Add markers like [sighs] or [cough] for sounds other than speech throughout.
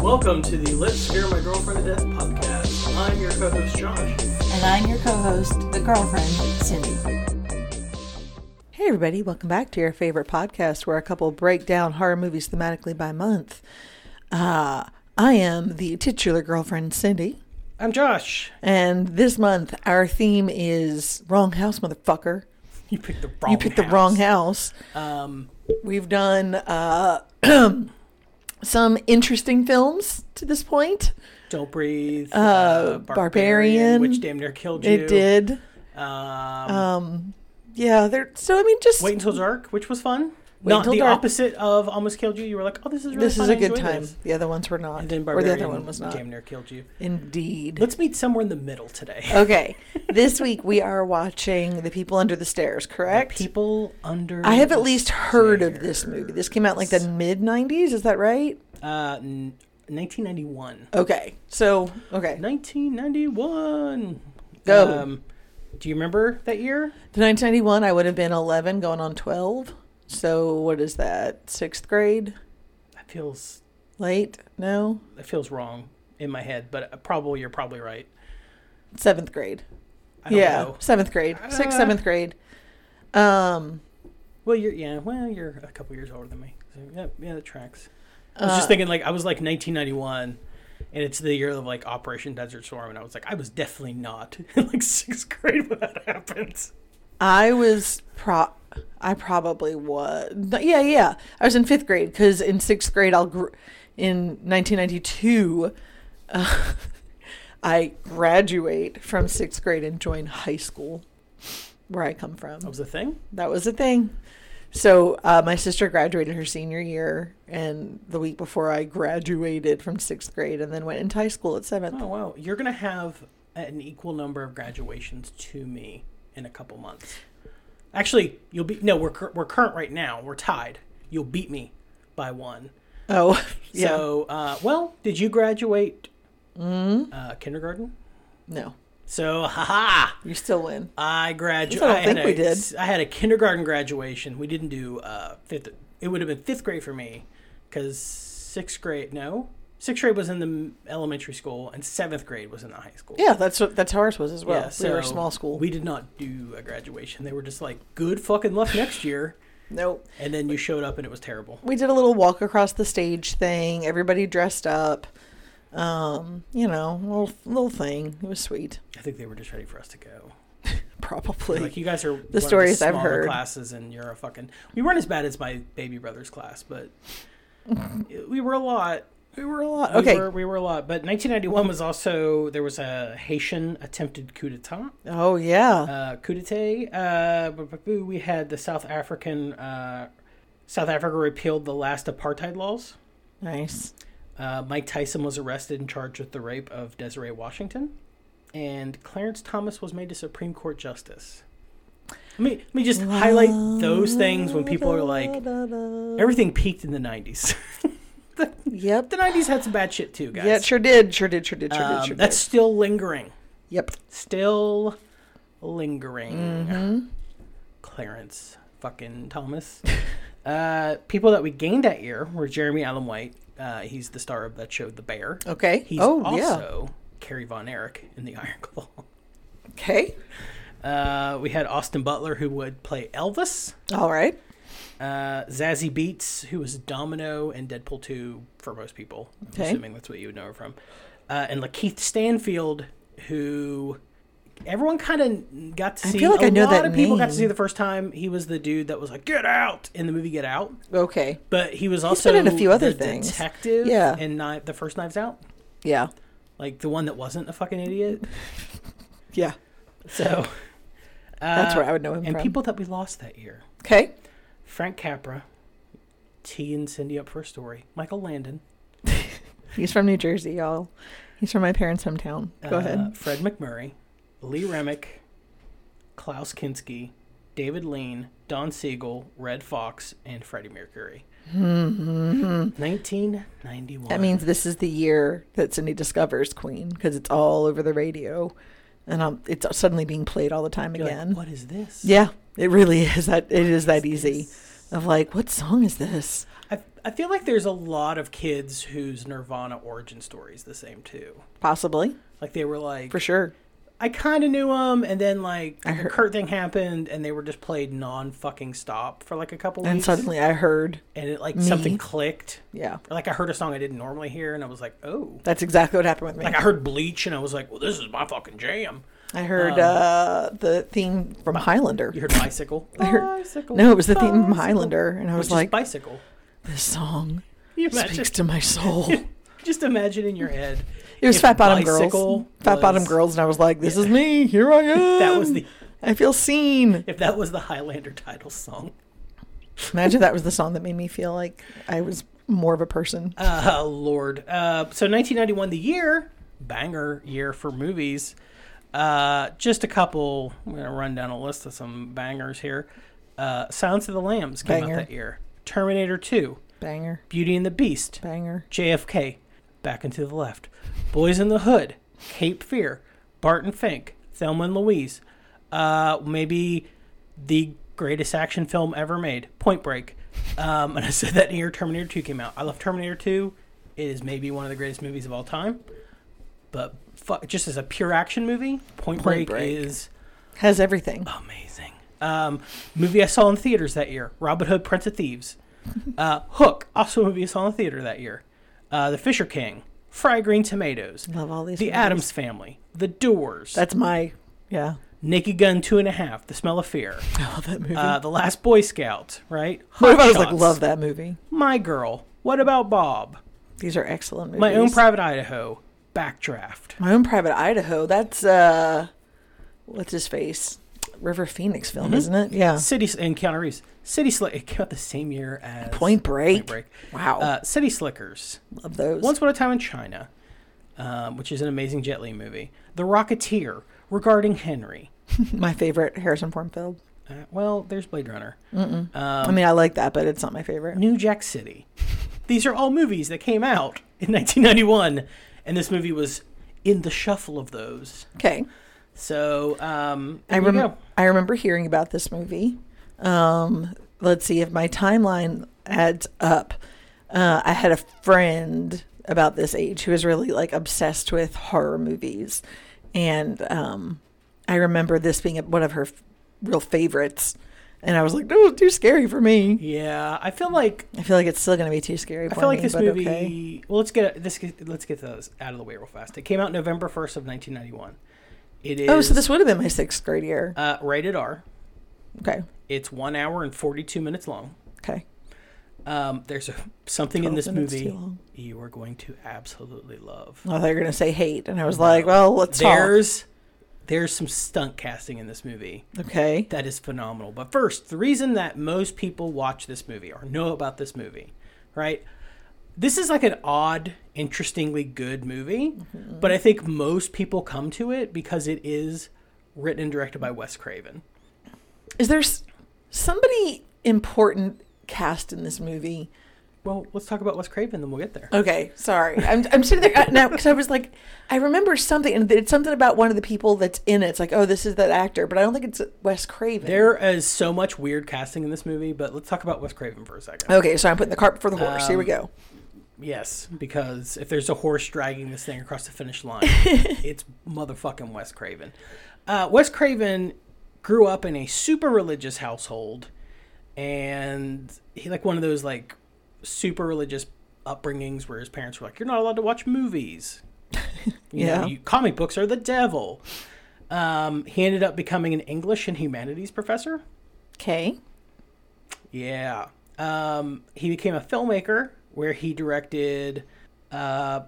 Welcome to the Let's Scare My Girlfriend to Death podcast. I'm your co host, Josh. And I'm your co host, the girlfriend, Cindy. Hey, everybody, welcome back to your favorite podcast where a couple break down horror movies thematically by month. Uh, I am the titular girlfriend, Cindy. I'm Josh. And this month, our theme is Wrong House, Motherfucker. You picked the wrong You picked the wrong house. Um, We've done uh, [clears throat] some interesting films to this point. Don't Breathe, Uh, uh, Barbarian. which damn near killed you. It did. Um, Um, yeah, there. So, I mean, just. Wait Until Dark, which was fun. Wait Not Until the Dark. opposite of Almost Killed You. You were like, oh, this is really this fun. is a I good enjoy time. this. The other ones were not. And then or the Barbarian other one was not. damn near killed you. Indeed. Let's meet somewhere in the middle today. okay. this week we are watching The People Under the Stairs, correct? People under. I have at the least heard of this movie. This came out like the mid 90s, is that right? Uh, n- 1991. Okay. So, okay. 1991. Go. Um, do you remember that year? The 1991, I would have been 11 going on 12. So, what is that? Sixth grade? That feels Late? No? that feels wrong in my head, but uh, probably you're probably right. Seventh grade. I don't Yeah. know. Seventh grade. Uh. Sixth, seventh grade. Um, Well, you're yeah. Well, you're a couple years older than me. So, yeah, yeah, that tracks. I was uh, just thinking like I was like 1991, and it's the year of like Operation Desert Storm, and I was like I was definitely not [laughs] in like sixth grade when that [laughs] happens. I was pro. I probably was. no, Yeah, yeah. I was in fifth grade because in sixth grade, I'll gr- in 1992, uh, [laughs] I graduate from sixth grade and join high school, where I come from. That was a thing. That was a thing. So uh, my sister graduated her senior year, and the week before I graduated from sixth grade, and then went into high school at seventh. Oh wow, you're gonna have an equal number of graduations to me in a couple months. Actually, you'll be no, we're cur- we're current right now. We're tied. You'll beat me by one. Oh, [laughs] yeah. So, uh, well, did you graduate Mm-hmm. uh, kindergarten? no, So, haha. you still win. I I graduated. don't think we did. I had a kindergarten graduation. We didn't do uh, fifth. It would have been fifth grade for me, because sixth grade. No, sixth grade was in the m- elementary school, and seventh grade was in the high school. Yeah, that's what that's how ours was as well. Yeah, we were a so small school. We did not do a graduation. They were just like, good fucking luck next year. Nope. And then you showed up and it was terrible. We did a little walk across the stage thing. Everybody dressed up. Um, you know, little little thing. It was sweet. I think they were just ready for us to go. They're Probably. Like you guys are one of stories I've smaller heard. Classes and you're a fucking. We weren't as bad as my baby brother's class, [laughs] but we were a lot. we were a lot. We Okay. were, we were a lot. But 1991 was also there was a Haitian attempted coup d'état. oh yeah. uh, coup d'état. Uh, bu- bu- bu- we had the South African. Uh, South Africa repealed the last apartheid laws. Nice. Uh, Mike Tyson was arrested and charged with the rape of Desiree Washington, and Clarence Thomas was made a Supreme Court justice. Let me let me just highlight those things when people are like, everything peaked in the '90s. [laughs] Yep. the '90s had some bad shit too, guys. Yeah, it sure did. Sure did. Sure did. Sure did. Um, Sure that's still lingering. did. Yep. Still lingering. Mm-hmm. Clarence fucking [laughs] Thomas. uh, people that we gained that year were Jeremy Allen White. Uh, he's the star of that show, The Bear. Okay. He's oh yeah. also Carrie Von Erich in The Iron Claw. [laughs] Okay. Uh, we had Austin Butler, who would play Elvis. All right. Uh, Zazie Beats, who was Domino and Deadpool 2 for most people. I'm Okay. assuming that's what you would know her from. Uh, and Lakeith Stanfield, who everyone kind of got to I see. feel like a I know lot that of people got to name. see the first time. He was the dude that was like, "Get out!" in the movie Get Out. Okay. But he was also been in a few other the things. detective. Yeah. in Kni- the first Knives Out, Yeah. like the one that wasn't a fucking idiot. Yeah. So uh, That's where I would know him And from. people that we lost that year: Okay. Frank Capra, T and Cindy up for a story. Michael Landon. He's from New Jersey, y'all. He's from my parents' hometown. Go uh, ahead. Fred McMurray, Lee Remick, Klaus Kinski, David Lean, Don Siegel, Red Fox, and Freddie Mercury. Mm-hmm. 1991. That means this is the year that Cindy discovers Queen because it's all over the radio, and um, it's suddenly being played all the time You're like, again. what is this? yeah, it really is that. It is that easy. of like, what song is this? I, I feel like there's a lot of kids whose Nirvana origin story is the same too. Possibly, Like they were like, for sure. I kind of knew him, and then like I the heard- Kurt thing happened, and they were just played non fucking stop for like a couple And weeks, suddenly I heard, and it like Me. something clicked. yeah, Or, like I heard a song I didn't normally hear, and I was like, oh. that's exactly what happened with me. Like uh, I heard Bleach, and I was like, well, this is my fucking jam. I heard Um, uh, the theme from Highlander. You heard Bicycle? I heard- bicycle. No, it was the theme from bicycle, Highlander, and I Which was is like, bicycle. this song You imagine, speaks to [laughs] my soul. It just imagine in your head. was if Fat Bottom Bicycle Girls. Fat Bottom was- Girls, and I was like, this is me. Here I am. [laughs] That was the I feel seen. if that was the Highlander title song. Imagine that was the song that made me feel like I was more of a person. Uh, [laughs] Lord. Uh, so 1991, the year, banger year for movies. Uh, just a couple. I'm gonna run down a list of some bangers here. Uh, Silence of the Lambs came Banger. out that year. Terminator 2, Banger, Beauty and the Beast, banger. JFK, Back into the Left, Boys in the Hood, Cape Fear, Barton Fink, Thelma and Louise, uh, maybe the greatest action film ever made, Point Break. Um, [laughs] and I said that year Terminator 2 came out. I love Terminator 2. It is maybe one of the greatest movies of all time. But fu- just as a pure action movie, Point, Point Break, Break. is Has everything. amazing. Um, movie I saw in theaters that year: Robin Hood, Prince of [laughs] Thieves. Uh, Hook, also a movie I saw in theater that year. Uh, the Fisher King, Fry Green Tomatoes, Love all these. The movies. Adams Family, The Doors, That's my. Yeah. Naked Gun Two and a Half, The Smell of Fear, I love that movie. uh, The Last Boy Scout, right? Mm-hmm. what Hot if I was like, Shots, love that movie? My Girl. What about Bob? These are excellent movies. My Own Private Idaho, Backdraft. My own private Idaho. That's uh, what's his face? River Phoenix Mm-hmm. film, isn't it? Yeah. City and Keanu Reeves. City Slick it came out the same year as Point Point Break. Break. Wow. Uh, City Slickers. love those. Once Upon a Time in China, um, which is an amazing Jet Li movie. The Rocketeer, regarding Henry. [laughs] my favorite Harrison Ford film. Uh, well, there's Blade Runner. I Um, mean, I like that, but it's not my favorite. New Jack City. These are all movies that came out in 1991, and this movie was in the shuffle of those. Okay. So um, I there you rem- go. I remember hearing about this movie. Um, let's see if my timeline adds up. Uh, I had a friend about this age who was really like obsessed with horror movies, and um, I remember this being one of her f- real favorites. And I was like, "No, it's too scary for me." Yeah, I feel like I feel like it's still going to be too scary I for feel like me, this but movie. okay. Well, let's get this. Let's get those out of the way real fast. It came out November 1st of 1991. It is Oh, so this would have been my sixth grade year. uh, rated R. Okay, It's one hour and 42 minutes long. okay. Um, there's a, something in 12 this minutes movie too long. you are going to absolutely love. I thought you were going to say hate, and I was No. like, "Well, let's talk." There's there's some stunt casting in this movie Okay. that is phenomenal. But first, the reason that most people watch this movie or know about this movie, right? This is like an odd, interestingly good movie, but I think most people come to it because it is written and directed by Wes Craven. Is there s- somebody important cast in this movie? Well, let's talk about Wes Craven, then we'll get there. Okay, sorry. I'm, I'm sitting there uh, now because I was like, I remember something, and it's something about one of the people that's in it. It's like, oh, this is that actor, but I don't think it's Wes Craven. There is so much weird casting in this movie, but let's talk about Wes Craven for a second. Okay, so I'm putting the cart before the horse. Here we Um, go. Yes, because if there's a horse dragging this thing across the finish line, it's motherfucking Wes Craven. Uh, Wes Craven grew up in a super religious household, and he like one of those like super religious upbringings where his parents were like, "You're not allowed to watch movies. You Yeah. know, you, comic books are the devil." Um, he ended up becoming an English and humanities professor. Okay. Yeah. Um, he became a filmmaker where he directed. Uh,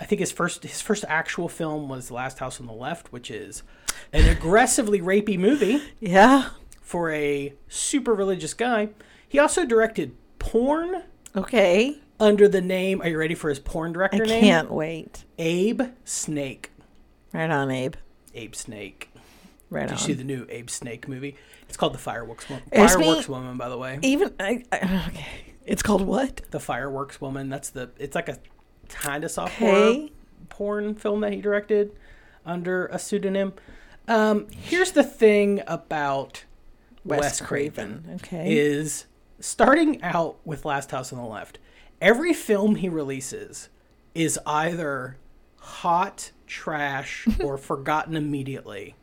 I think his first his first actual film was The Last House on the Left, which is [laughs] an aggressively rapey movie Yeah. for a super religious guy. He also directed porn Okay. under the name. Are you ready for his porn I director name? can't wait. Abe Snake. Right on, Abe. Abe Snake. Right Did on. you see the new Abe Snake movie? It's called The Fireworks Woman. Ask me- Fireworks Woman, by the way. Even I, I. [laughs] Okay. It's called what? the fireworks woman that's the it's like a kind of software Okay. porn film that he directed under a pseudonym um here's the thing about wes, craven, Okay. is starting out with Last House on the Left, every film he releases is either hot [laughs] trash or forgotten immediately,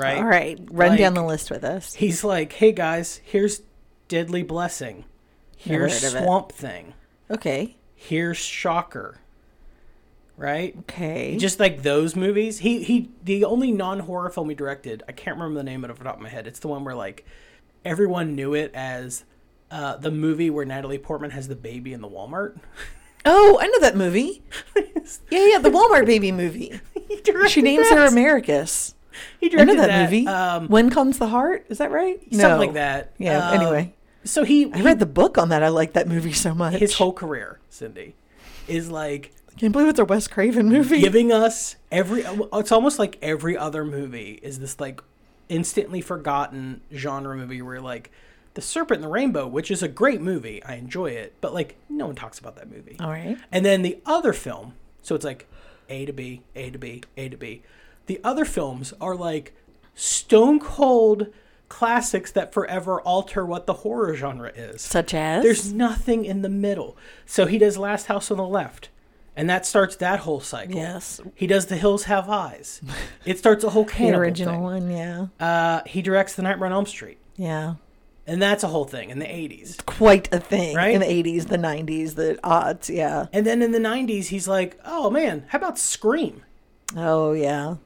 right? All right, run down Like- the list with us. He's like, "Hey guys, here's Deadly Blessing, Never here's heard of it. Swamp Thing, Okay. here's Shocker," right? Mm-hmm. Okay. Just like those movies. He he. The only non horror film he directed, I can't remember the name of it off the top of my head. It's the one where like everyone knew it as. Uh, the movie where Natalie Portman has the baby in the Walmart. [laughs] oh, I know that movie. Yeah, yeah, the Walmart baby movie. he directed [laughs] She names her Americus. He I know directed that, movie. Um, when comes the heart? Is that right? something like that. Yeah. Um, anyway, so he, I read the book on that. I like that movie so much. his whole career, Cindy, is like Can't believe it's a Wes Craven movie. giving us every. It's almost like every other movie is this like instantly forgotten genre movie where like the Serpent and the Rainbow, which is a great movie, I enjoy it, but like no one talks about that movie. All right. And then the other film, so it's like A to B, A to B, A to B. The other films are like stone cold classics that forever alter what the horror genre is. Such as There's nothing in the middle. So he does Last House on the Left, and that starts that whole cycle. yes, He does The Hills Have Eyes. It starts a whole [laughs] the cannibal original thing. one. Yeah, Uh, he directs The Nightmare on Elm Street, yeah. and that's a whole thing in the 80s. Quite a thing Right? in the eighties, the nineties, the odds. Yeah. And then in the 90s, he's like, oh man, how about Scream? Oh yeah.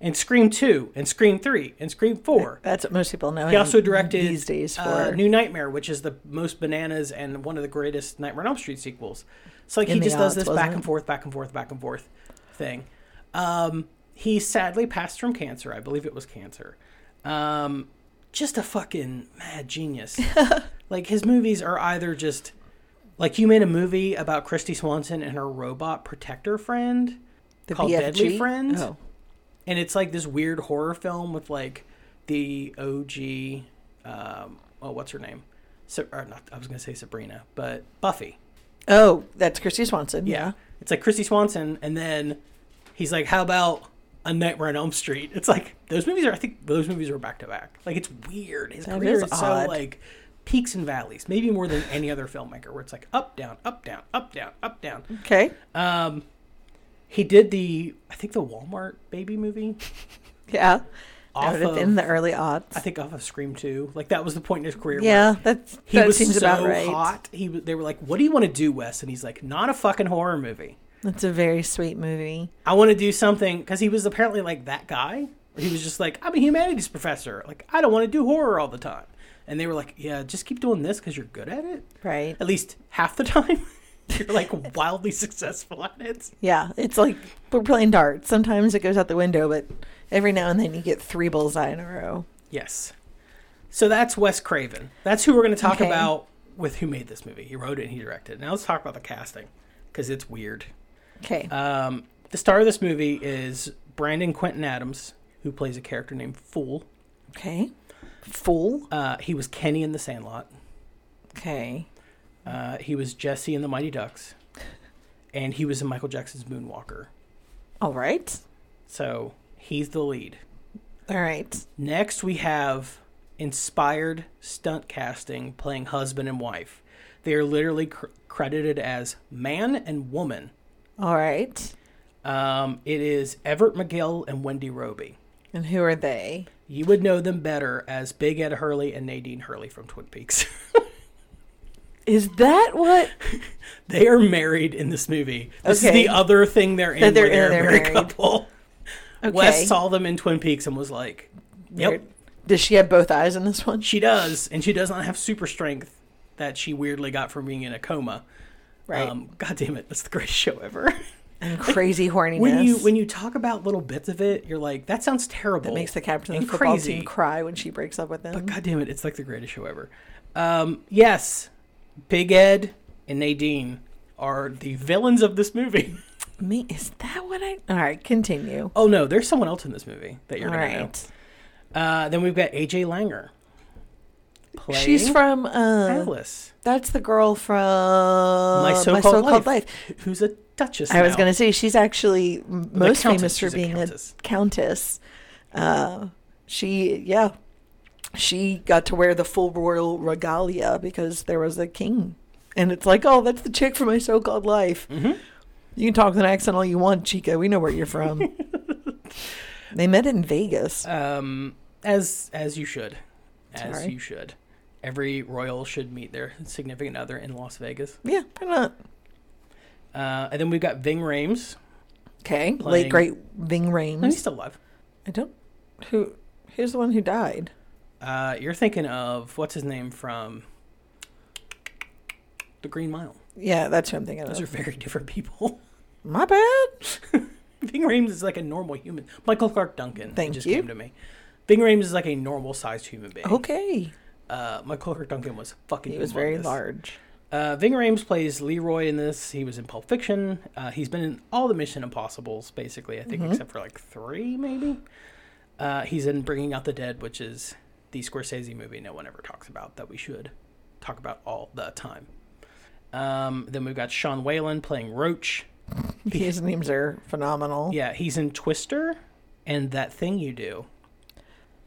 and Scream 2 and Scream 3 and Scream 4. That's what most people know. He him also directed these days for uh, New Nightmare, which is the most bananas and one of the greatest Nightmare on Elm Street sequels. It's like In he the just does aughts, this wasn't back and it? forth, back and forth, back and forth thing. Um, he sadly passed from cancer. I believe it was cancer. Um, just a fucking mad genius. [laughs] like his movies are either just like you made a movie about Christy Swanson and her robot protector friend the called Deadly BFG? Friend Oh. and it's like this weird horror film with like the OG, um, oh, what's her name? So, or not, I was gonna say Sabrina, but Buffy. Oh, that's Christy Swanson. Yeah. Yeah. it's like Christy Swanson, and then he's like, "How about a Nightmare on Elm Street?" It's like those movies are. I think those movies are back to back. Like it's weird. His That career is is, so odd. like peaks and valleys, maybe more than any other filmmaker, where it's like up down, up down, up down, up down. Okay. Um, he did the I think the Walmart baby movie. Yeah. Off That would've of- been the early odds. I think off of Scream 2. Like that was the point in his career. yeah, that's he that was seems so about right. hot. He w- they were like, "What do you want to do, Wes?" And he's like, "Not a fucking horror movie. That's a very sweet movie. I want to do something." Because he was apparently like that guy. He was just like, "I'm a humanities professor. Like I don't want to do horror all the time." And they were like, "Yeah, just keep doing this because you're good at it. Right. At least half the [laughs] time, you're like wildly successful at it." Yeah. It's like we're playing darts. Sometimes it goes out the window, but every now and then you get three bullseye in a row. Yes. So that's Wes Craven. That's who we're going to talk Okay. about with who made this movie. He wrote it and he directed. it. Now let's talk about the casting because it's weird. Okay. Um, the star of this movie is Brandon Quentin Adams, who plays a character named Fool. okay. Fool. Uh, he was Kenny in The Sandlot. Okay. Uh, he was Jesse in The Mighty Ducks, and he was in Michael Jackson's Moonwalker. All right. So he's the lead. All right. Next, we have inspired stunt casting playing husband and wife. They are literally cr- credited as man and woman. All right. Um, it is Everett McGill and Wendy Roby. And who are they? You would know them better as Big Ed Hurley and Nadine Hurley from Twin Peaks. [laughs] Is that what they are married in this movie. This Okay. is the other thing they're in. That they're where they're, in, a they're married, married. couple. [laughs] okay. Wes saw them in Twin Peaks and was like, "Yep, Weird. Does she have both eyes in this one? she does," and she does not have super strength that she weirdly got from being in a coma. Right. Um, God damn it, that's the greatest show [laughs] ever. and crazy horniness. when you when you talk about little bits of it, you're like, "That sounds terrible." that makes the captain of and the football crazy. team cry when she breaks up with him. But god damn it, it's like the greatest show ever. Um, yes, Big Ed and Nadine are the villains of this movie. [laughs] Me is that what I? All right, continue. Oh no, there's someone else in this movie that you're All gonna right, know. Uh, then we've got AJ Langer. Playing she's from. Uh, Alice, that's the girl from my so-called, So-Called life, who's a duchess. I was now. gonna say she's actually m- countess. most famous for She's a being a countess. countess. Uh, she Uh, yeah, she got to wear the full royal regalia because there was a king. And it's like, oh, that's the chick from my so called life. hmm You can talk with an accent all you want, Chica. We know where [laughs] you're from. they met in Vegas. Um, as as you should, as Sorry. you should. Every royal should meet their significant other in Las Vegas. Yeah, why not? Uh, and then we've got Ving Rhames. Okay. Playing- Late great Ving No, he's Rhames. still alive. I don't. Who? Who's the one who died? Uh, you're thinking of what's his name from The Green Mile. Yeah, that's who I'm thinking Those of. are very [laughs] different people. My bad. Ving Rhames is like a normal human. Michael Clark Duncan. it Thank just you. came to me. Ving Rhames is like a normal sized human being. Okay. Uh, Michael Clark Duncan was fucking. He was very humongous. [laughs] large. Uh, Ving Rhames plays Leroy in this. He was in Pulp Fiction. Uh, he's been in all the Mission Impossibles, basically. I think Mhm. except for like three, maybe. Uh, he's in Bringing Out the Dead, which is the Scorsese movie no one ever talks about that we should talk about all the time. Um, then we've got Sean Whalen playing Roach. His names are phenomenal. Yeah, he's in Twister and That Thing You Do.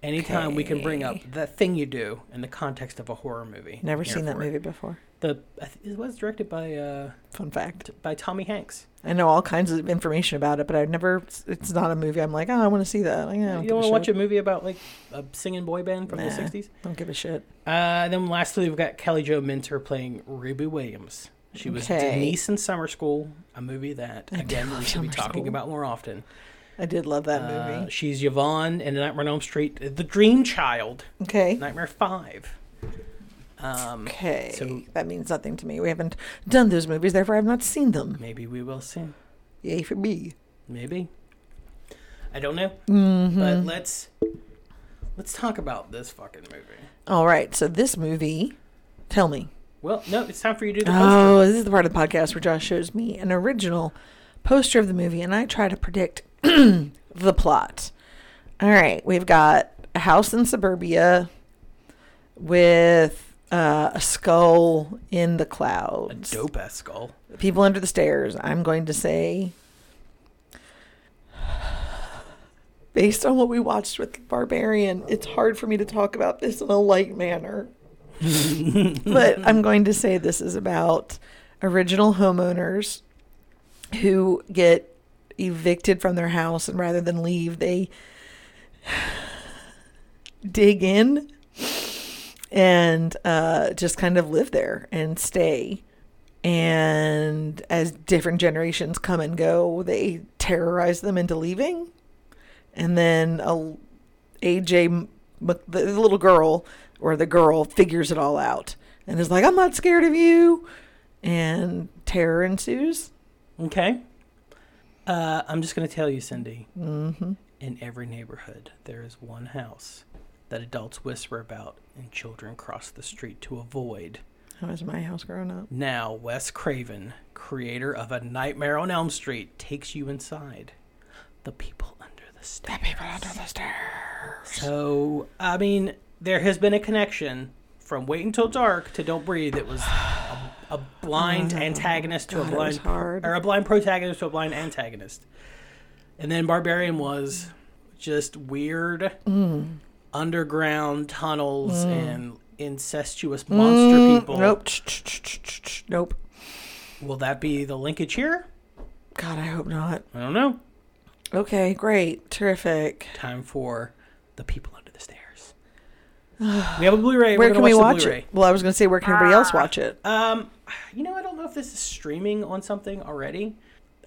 Anytime we can bring up Okay. That Thing You Do in the context of a horror movie. Never I'm here seen that for it. movie before. The I th- it was directed by uh, Fun fact. t- by Tommy Hanks. I know all kinds of information about it, but I've never. It's not a movie. I'm like, oh, I want to see that. Like, I don't you don't give a want to watch a shit. movie about like a singing boy band from the Nah. '60s? Don't give a shit. Uh, then lastly, we've got Kelly Jo Minter playing Ruby Williams. She was Okay. Denise in Summer School, a movie that I do again we love should be Summer talking School. about more often. I did love that Uh, movie. She's Yvonne in Nightmare on Elm Street, The Dream Child, Okay. Nightmare Five. Um, Okay. so- that means nothing to me. We haven't done those movies, therefore I've not seen them. Maybe we will soon. Yay for me. Maybe. I don't know. Mm-hmm. But let's let's talk about this fucking movie. All right. So this movie, tell me. Well, no, it's time for you to do the poster. Oh, this is the part of the podcast where Josh shows me an original poster of the movie, and I try to predict [clears throat] the plot. All right, we've got a house in suburbia with uh, a skull in the A clouds. dope ass skull. People under the stairs. I'm going to say, based on what we watched with the Barbarian, it's hard for me to talk about this in a light manner. but I'm going to say this is about original homeowners who get evicted from their house, and rather than leave, they dig in and uh, just kind of live there and stay. And as different generations come and go, they terrorize them into leaving. And then a AJ, M- Mc- the the little girl or the girl, figures it all out and is like, "I'm not scared of you," and terror ensues. Okay. Uh, I'm just going to tell you, Cindy, hmm in every neighborhood, there is one house that adults whisper about and children cross the street to avoid. How was my house growing up? Now, Wes Craven, creator of A Nightmare on Elm Street, takes you inside. The people under the stairs. people under the stairs. So, I mean, there has been a connection from Wait Until Dark to Don't Breathe. It was a, a blind [sighs] Oh, antagonist to a God, it was blind hard. or a blind protagonist to a blind antagonist. And then Barbarian was just weird Mm. underground tunnels and incestuous monster Mm, people. Hmm. Nope. Ch- ch- ch- ch- ch- ch- Nope. Will that be the linkage here? God, I hope not. I don't know. Okay, great, terrific. Time for the people under the [sighs] stairs. we have a Blu-ray. where We're can gonna we watch watch the Blu-ray. it? Well, I was going to say, where can everybody else watch it? Um, you know, I don't know if this is streaming on something already.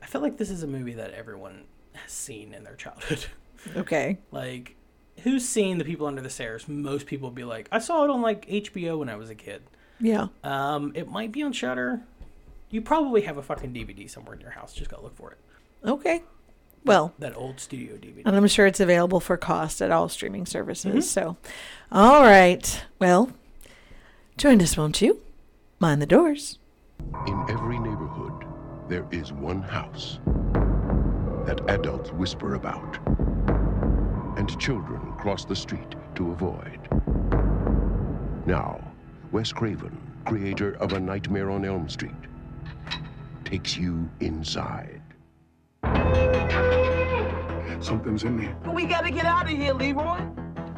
I feel like this is a movie that everyone has seen in their childhood. [laughs] Okay. like, who's seen The People Under the Stairs? Most people be like, I saw it on like HBO when I was a kid. Yeah. Um, it might be on Shutter. You probably have a fucking DVD somewhere in your house. Just gotta look for it. Okay. Well, That old studio DVD. and I'm sure it's available for cost at all streaming services. Mm-hmm. So, all right. Well, join us, won't you? Mind the doors. In every neighborhood, there is one house that adults whisper about and children cross the street to avoid. Now, Wes Craven, creator of A Nightmare on Elm Street, takes you inside. Something's in there. We gotta get out of here, Leroy.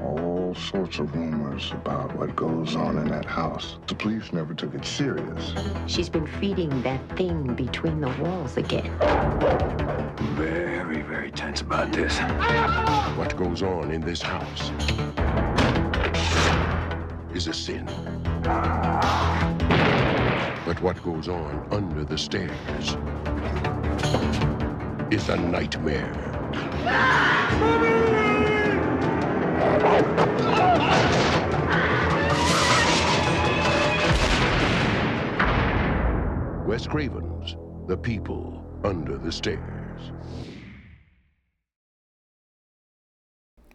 Oh, all sorts of rumors about what goes on in that house. The police never took it serious. She's been feeding that thing between the walls again. Very, very tense about this. What goes on in this house is a sin. But what goes on under the stairs is a nightmare. Wes Craven's The People Under the Stairs.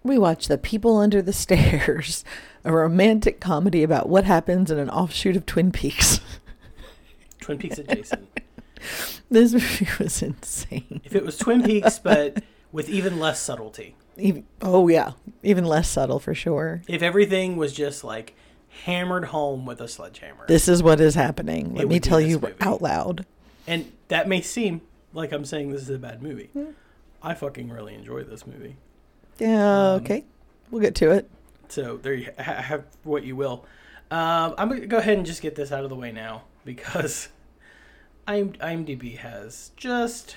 We watch The People Under the Stairs, a romantic comedy about what happens in an offshoot of Twin Peaks. [laughs] Twin Peaks adjacent. This movie was insane. if it was Twin Peaks, but with even less subtlety. Even, oh, yeah. Even less subtle for sure. If everything was just like hammered home with a sledgehammer. This is what is happening. Let would me be tell this you movie. out loud. And that may seem like I'm saying this is a bad movie. I fucking really enjoy this movie. Yeah, okay. We'll get to it. So there you ha- have what you will. Um, I'm gonna go ahead and just get this out of the way now because [laughs] IM- IMDb has just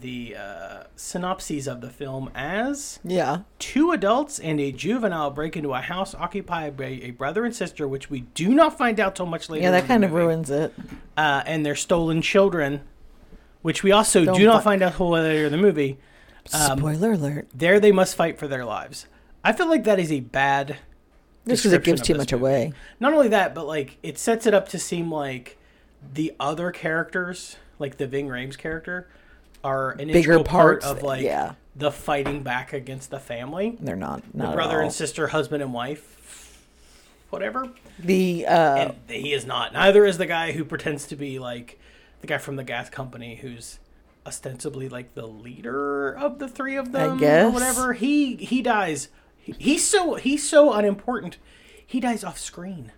the uh, synopses of the film as Yeah. two adults and a juvenile break into a house occupied by a brother and sister, which we do not find out till much later. Yeah, in that the kind of movie. ruins it. uh, and their stolen children, which we also Don't do not fi- find out till later in the movie. Spoiler alert. There, they must fight for their lives. I feel like that is a bad. Just because it description gives of too this much movie. away. Not only that, but like it sets it up to seem like the other characters, like the Ving Rhames character, are an integral part parts, of like yeah. the fighting back against the family, They're not. Not brother at all. and sister, husband and wife, whatever. The uh, And he is not. Neither is the guy who pretends to be like the guy from the gas company who's ostensibly like the leader of the three of them or guess. whatever. He he dies. He- He's so he's so unimportant. He dies off screen.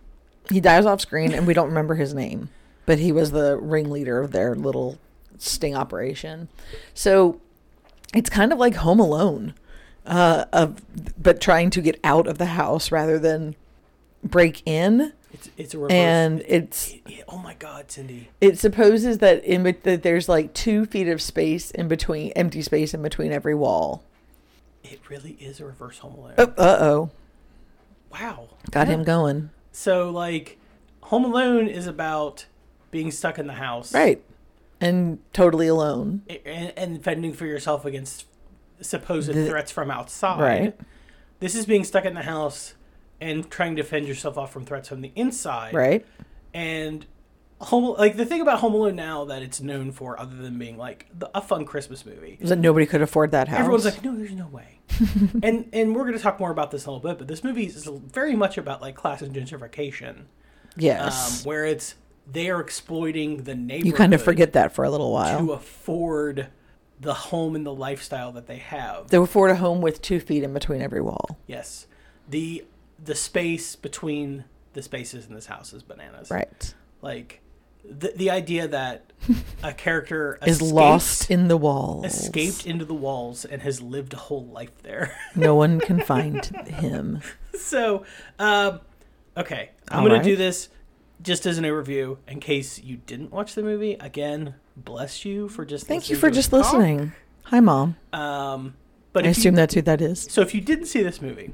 he dies off screen, and we don't remember his name, but he was the ringleader of their little sting operation. So it's kind of like Home Alone, uh, of but trying to get out of the house rather than break in, It's it's a reverse. and it's oh my god, Cindy. it supposes that in bet- that there's like two feet of space in between empty space in between every wall It really is a reverse Home Alone. oh, uh-oh Wow. got him going So like Home Alone is about being stuck in the house. right and totally alone and, and fending for yourself against supposed The- threats from outside. Right. This is being stuck in the house and trying to fend yourself off from threats from the inside. right And home like the thing about Home Alone now that it's known for, other than being like the, a fun Christmas movie, that nobody could afford that house everyone's like, um, no, there's no way. [laughs] and and we're gonna talk more about this in a little bit, but this movie is very much about like class and gentrification, um, yes where it's they are exploiting the neighborhood you kind of forget that for a little while to afford the home and the lifestyle that they have. they afford a home with two feet in between every wall yes, the the space between the spaces in this house is bananas. right Like the the idea that a [laughs] character is escaped- lost in the wall escaped into the walls and has lived a whole life there. [laughs] no one can find him so, um, okay, I'm All gonna right. do this just as an overview in case you didn't watch the movie. Again, bless you for just thank you listening for to just us talk. listening hi mom Um, but i if you- assume that's who that is So if you didn't see this movie,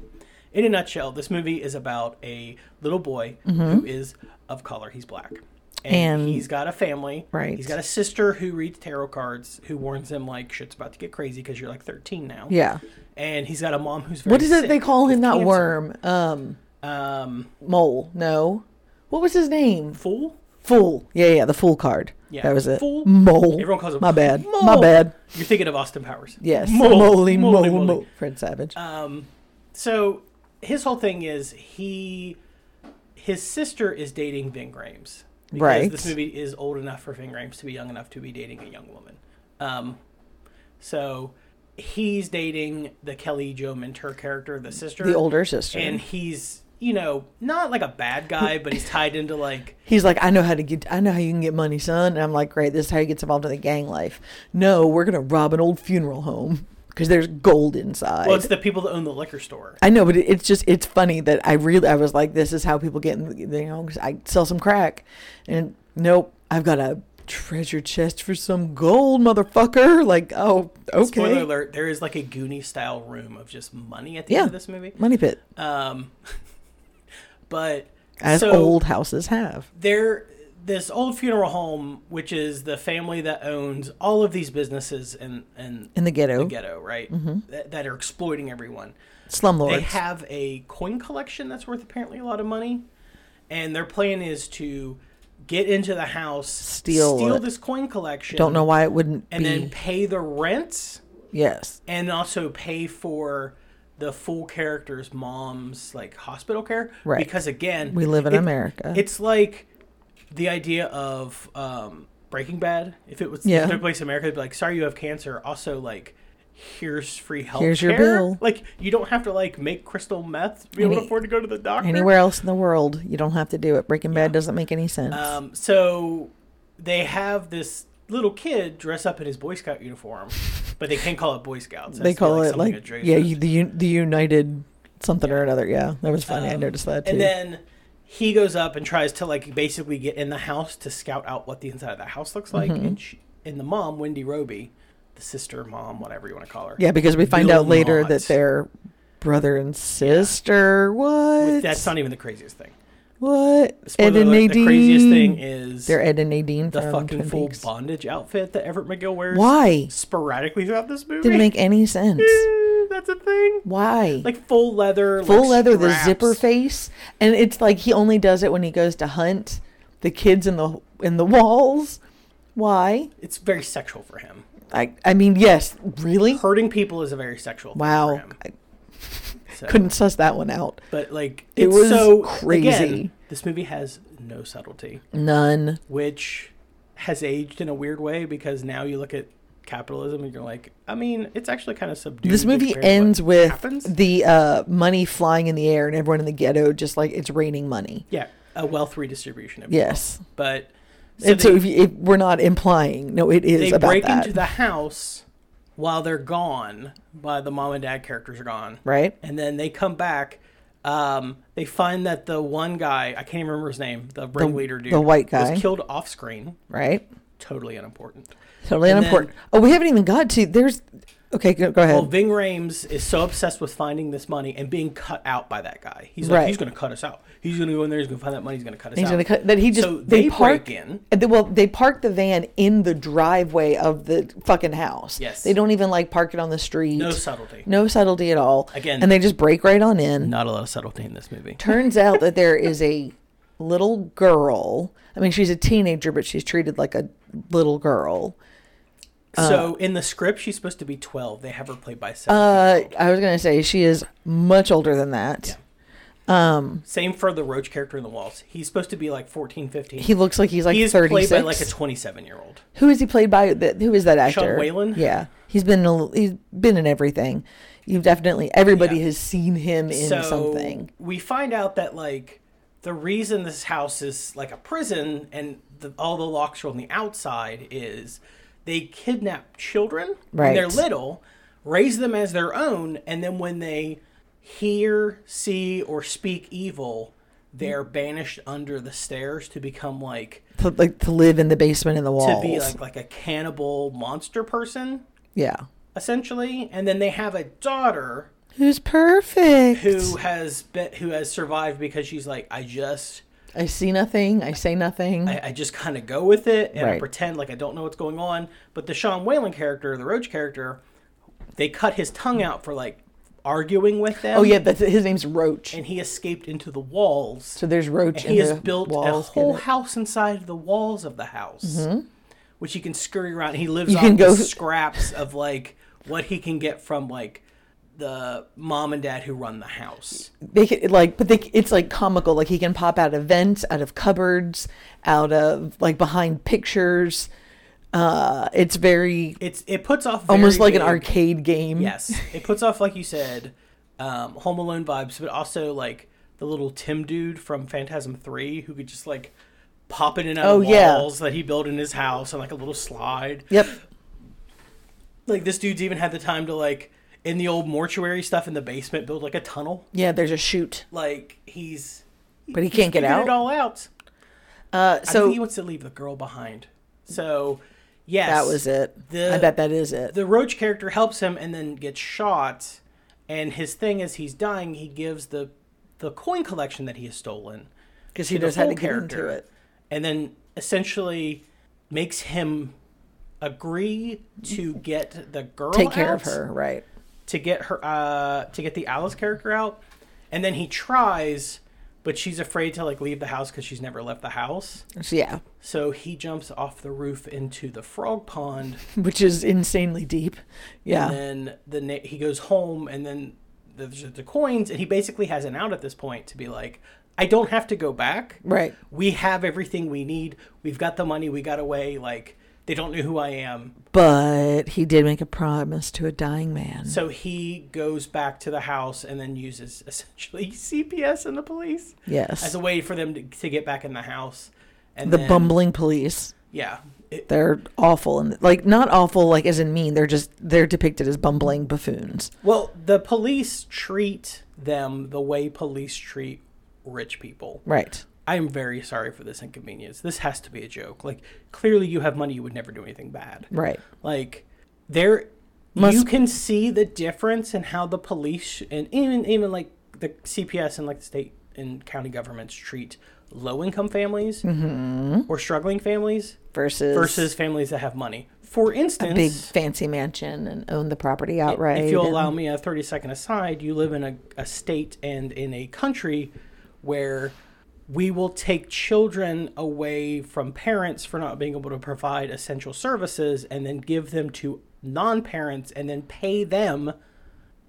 in a nutshell, this movie is about a little boy who is of color. He's black. And, Mm-hmm. And- he's got a family. Right. He's got a sister who reads tarot cards, who warns him like shit's about to get crazy because you're like 13 now. yeah And he's got a mom who's very what is it sick they call with him not cancer. worm um Um, mole no what was his name fool. fool yeah yeah the fool card Yeah, that was it fool. mole Everyone calls him my bad Mole. my bad You're thinking of Austin Powers. yes Mole. Moly, moly mole moly. Uh, mole fred savage So his whole thing is he his sister is dating Ving Rhames. Because Right. This movie is old enough for Ving Rhames to be young enough to be dating a young woman. Um, so he's dating the Kelly Joe Mentor character, the sister, the older sister and he's you know not like a bad guy, but he's tied into [laughs] like he's like i know how to get i know how you can get money son and i'm like great this is how he gets involved in the gang life no we're gonna rob an old funeral home because there's gold inside. Well, it's the people that own the liquor store. I know, but it, it's just it's funny that I really I was like, this is how people get in. You know, 'cause I sell some crack, and nope, I've got a treasure chest for some gold, motherfucker. Like, oh, okay, Spoiler alert: There is like a Goonie style room of just money at the yeah, end of this movie. money pit, Um, [laughs] but as so old houses have. there, this old funeral home, which is the family that owns all of these businesses and and In the ghetto, Mm-hmm. the ghetto, right? That, that are exploiting everyone. slumlords. They have a coin collection that's worth apparently a lot of money, and their plan is to get into the house, Steal steal it. this coin collection. Don't know why it wouldn't And be. then pay the rent yes, and also pay for the full character's mom's like hospital care. Right. Because again, We live in America. It's like the idea of um, Breaking Bad. If it was Yeah. yeah. took place in America, it'd be like, sorry, you have cancer. Also, like. Here's free health. Here's your bill. Like you don't have to like make crystal meth to be able Any- to afford to go to the doctor. anywhere else in the world, you don't have to do it. Breaking Bad doesn't make any sense. Um, so they have this little kid dress up in his Boy Scout uniform, but they can't call it Boy Scouts. It they has to be, call it something like adjacent. yeah, you, the un- the United something or another. Yeah, that was funny. I noticed that too. Um, And then he goes up and tries to like basically get in the house to scout out what the inside of the house looks like. Mm-hmm. And, she, and the mom, Wendy Roby, the sister, mom, whatever you want to call her. yeah, because we find will out later that not. they're brother and sister. What? that's not even the craziest thing. what? Ed Spoiler and alert, Nadine. the craziest thing is they're Ed and Nadine the from fucking Twin full Peaks. bondage outfit that Everett McGill wears. Why? Sporadically throughout this movie. Didn't make any sense. [laughs] that's a thing. Why? Like full leather, full like leather, the straps. zipper face, and it's like he only does it when he goes to hunt the kids in the in the walls. Why? It's very sexual for him. I I mean, yes, really. Hurting people is a very sexual. Wow. Thing for him. I So- couldn't suss that one out. But like It it's was so crazy. Again, this movie has no subtlety, None. which has aged in a weird way because now you look at capitalism and you're like, I mean, it's actually kind of subdued. This movie compared to what ends with happens. the uh, money flying in the air and everyone in the ghetto just like it's raining money. yeah a wealth redistribution. Of Yes. wealth. but so and so they, if, you, if we're not implying, no, it is they about break that, into the house while they're gone, while the mom and dad characters are gone, right? and then they come back. Um, they find that the one guy I can't even remember his name, the ringleader dude, the white guy. was killed off screen. Right. Totally unimportant. Totally And unimportant. oh, we haven't even got to. There's. Okay, go, go ahead. Well, Ving Rhames is so obsessed with finding this money and being cut out by that guy. He's Right. like, he's going to cut us out. He's going to go in there. He's going to find that money. He's going to cut us He's out. gonna cut that he just So they, they park break in. and they- well they park the van in the driveway of the fucking house Yes. they don't even like park it on the street No subtlety. no subtlety at all Again- and they just break right on in Not a lot of subtlety in this movie. turns out that there is a little girl i mean she's a teenager but she's treated like a little girl so in the script, she's supposed to be 12. They have her played by uh, 17. i was going to say she is much older than that Same for the Roach character in The Walls. He's supposed to be like 14, 15. he looks like he's like He is 36 played by like a 27 year old. Who is he played by? Th- Who is that actor? Whalen? Yeah, he's been in a, he's been in everything. You've definitely everybody Yeah. has seen him in so something. we find out that like the reason this house is like a prison and the, all the locks are on the outside is they kidnap children when they're Right. little raise them as their own and then when they hear see or speak evil they're banished under the stairs to become like To, like to live in the basement in the to walls. be like like a cannibal monster person yeah, essentially and then they have a daughter who's perfect? who has been, who has survived because she's like I just I see nothing. I say nothing. I, I just kind of go with it and I Right. pretend like I don't know what's going on. But the Sean Whalen character, the Roach character, they cut his tongue out for like arguing with them. oh yeah, that's his name's Roach. and he escaped into the walls. so there's Roach. and in he has the built walls, a get whole it? house inside the walls of the house, which he can scurry around. He lives You off can go- the [laughs] scraps of like what he can get from like the mom and dad who run the house. They could like, but they c- it's like comical. Like he can pop out of vents, out of cupboards, out of like behind pictures. Uh, it's very It's it puts off very almost like an big- arcade game. Yes, it puts off like you said, um, Home Alone vibes, but also like the little Tim dude from Phantasm Three who could just like pop in and out Oh, of yeah. walls that he built in his house and like a little slide. Yep. Like this dude's even had the time to like in the old mortuary stuff in the basement build like a tunnel. Yeah, there's a chute, Like he's but he can't get figured it out. all out. So Uh, I so think he wants to leave the girl behind. So yes, that was it. The- I bet that is it. the Roach character helps him and then gets shot. And his thing is he's dying. He gives the the coin collection that he has stolen, Because he to the knows how to full get into character. it. and then essentially makes him agree to get the girl Take care of out, her, right? to get her uh, to get the Alice character out. And then he tries, but she's afraid to like leave the house because she's never left the house. So, yeah, [laughs] So he jumps off the roof into the frog pond. which is insanely deep. Yeah, And then the na- he goes home, and then there's the coins, and he basically has an out at this point to be like, I don't have to go back. right. We have everything we need. We've got the money. We got away. Like they don't know who I am. But he did make a promise to a dying man. So he goes back to the house and then uses [laughs] essentially CPS and the police as yes, a way for them to, to get back in the house. And the then- bumbling police. Yeah. It- They're awful and like not awful like as in mean. They're just they're depicted as bumbling buffoons. well, the police treat them the way police treat rich people. Right. I am very sorry for this inconvenience. This has to be a joke. Like, clearly you have money, you would never do anything bad. Right. Like, there, you Must- can see the difference in how the police and even even like the CPS and like the state and county governments treat low income families Mm-hmm. or struggling families Versus versus families that have money. For instance, big fancy mansion and own the property outright. if you'll and- allow me a 30 second aside, you live in a, a state and in a country where we will take children away from parents for not being able to provide essential services and then give them to non parents and then pay them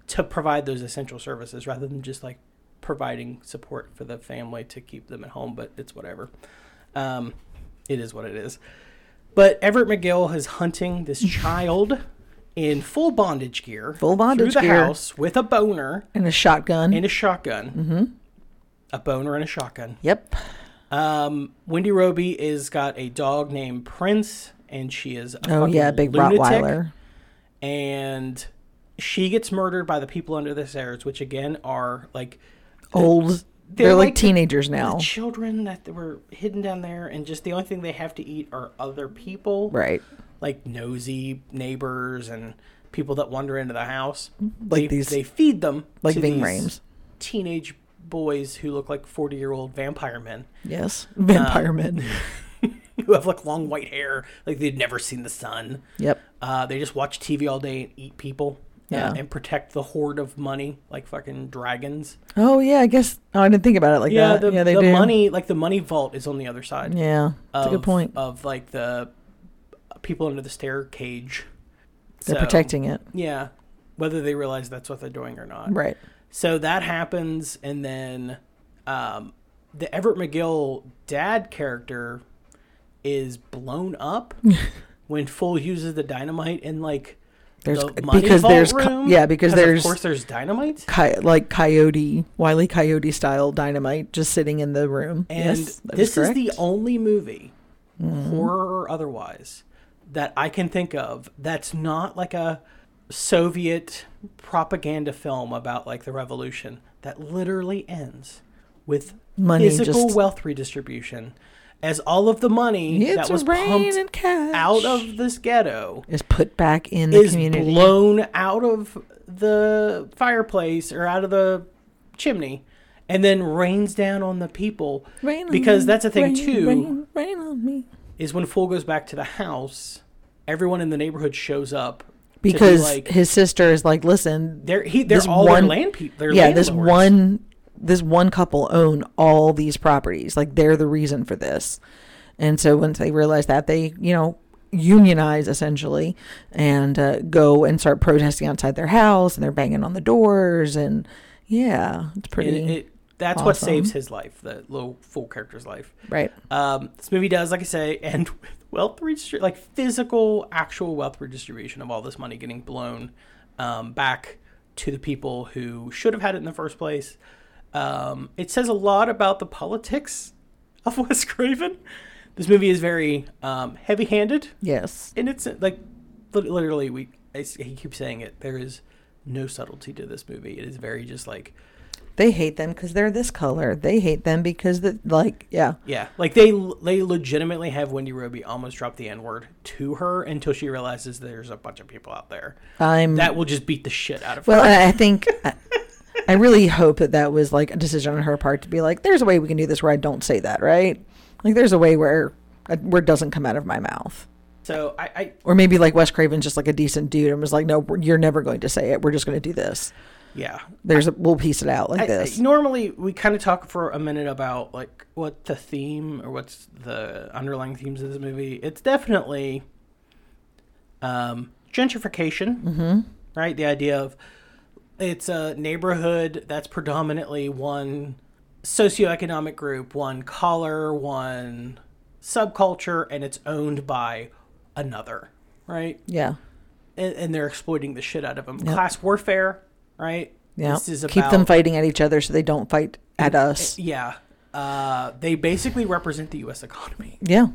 to provide those essential services rather than just like providing support for the family to keep them at home, but it's whatever. Um, it is what it is. But Everett McGill is hunting [laughs] this child in full bondage gear, Full bondage through the gear. house with a boner and a shotgun. and a shotgun, mm-hmm. a boner and a shotgun. yep. Um, Wendy Roby is got a dog named Prince, and she is a Oh fucking yeah, big lunatic Rottweiler. and she gets murdered by the people under the stairs, which again are like Old. They're, like, teenagers now. the children that were hidden down there, and just the only thing they have to eat are other people, right. Like nosy neighbors and people that wander into the house. Mm-hmm. Like they, these- they feed them Like to Ving these Rhames. teenage boys who look like forty-year-old vampire men [laughs] Yes. Uh, Vampire men. who have like long white hair, like they've never seen the sun. Yep. Uh, they just watch TV all day and eat people. Yeah. uh, and protect the horde of money like fucking dragons. Oh yeah, I guess oh, I didn't think about it like Yeah, that. the, yeah, they the do. money, like the money vault, is on the other side. Yeah, that's of, a good point. Of like the people under the stair cage. They're So, protecting it, Yeah, whether they realize that's what they're doing or not. right? So that happens, and then um, the Everett McGill dad character is blown [laughs] up when Full uses the dynamite and like. There's the money because vault there's co- room, yeah because 'cause of there's course there's dynamite coy- like coyote wily coyote style dynamite just sitting in the room. And Mm-hmm. yes, that this is the correct. Mm-hmm. only movie, horror or otherwise, that I can think of that's not like a Soviet propaganda film about like the revolution that literally ends with Money physical just- wealth redistribution as all of the money It's that was rain pumped and cash. out of this ghetto is put back in the is community. blown out of the fireplace or out of the chimney and then rains down on the people Rain on because me, that's a thing rain, too Rain, rain on me. is when Fool goes back to the house everyone in the neighborhood shows up to be Because like his sister is like, listen, they're he, they're this all one- their land people they're yeah, this landlords." one, this one couple own all these properties. Like they're the reason for this. And so once they realize that, they you know unionize essentially and uh, go and start protesting outside their house, and they're banging on the doors, and yeah, it's it, pretty it, that's what awesome. saves his life the little Fool character's life right. um, this movie does like I say [laughs] end with wealth redistribution like physical actual wealth redistribution of all this money getting blown um, back to the people who should have had it in the first place um, it says a lot about the politics [laughs] of Wes Craven this movie is very um, heavy handed Yes, and it's like li- literally we it's, he keeps saying it. There is no subtlety to this movie. It is very just like They hate them because they're this color. They hate them because that like yeah. yeah, like they they legitimately have Wendy Roby almost drop the N word to her until she realizes there's a bunch of people out there I'm that will just beat the shit out of well. her. I I think I, I really hope that that was like a decision on her part to be like, there's a way we can do this where I don't say that, right? Like, there's a way where a word doesn't come out of my mouth. So I, I Or maybe like Wes Craven's just like a decent dude and was like, no, we're- you're never going to say it. We're just going to do this. yeah. There's a, we'll piece it out like I- this. I- normally we kind of talk for a minute about like what the theme or what's the underlying themes of this movie. It's definitely um, gentrification, mm-hmm. right? The idea of it's a neighborhood that's predominantly one socioeconomic group, one color, one subculture, and it's owned by another, right? yeah. And, and they're exploiting the shit out of them. Class warfare, right? Yeah. This is Keep them about- fighting at each other so they don't fight at us. yeah. Uh, they basically represent the U.S. economy. yeah.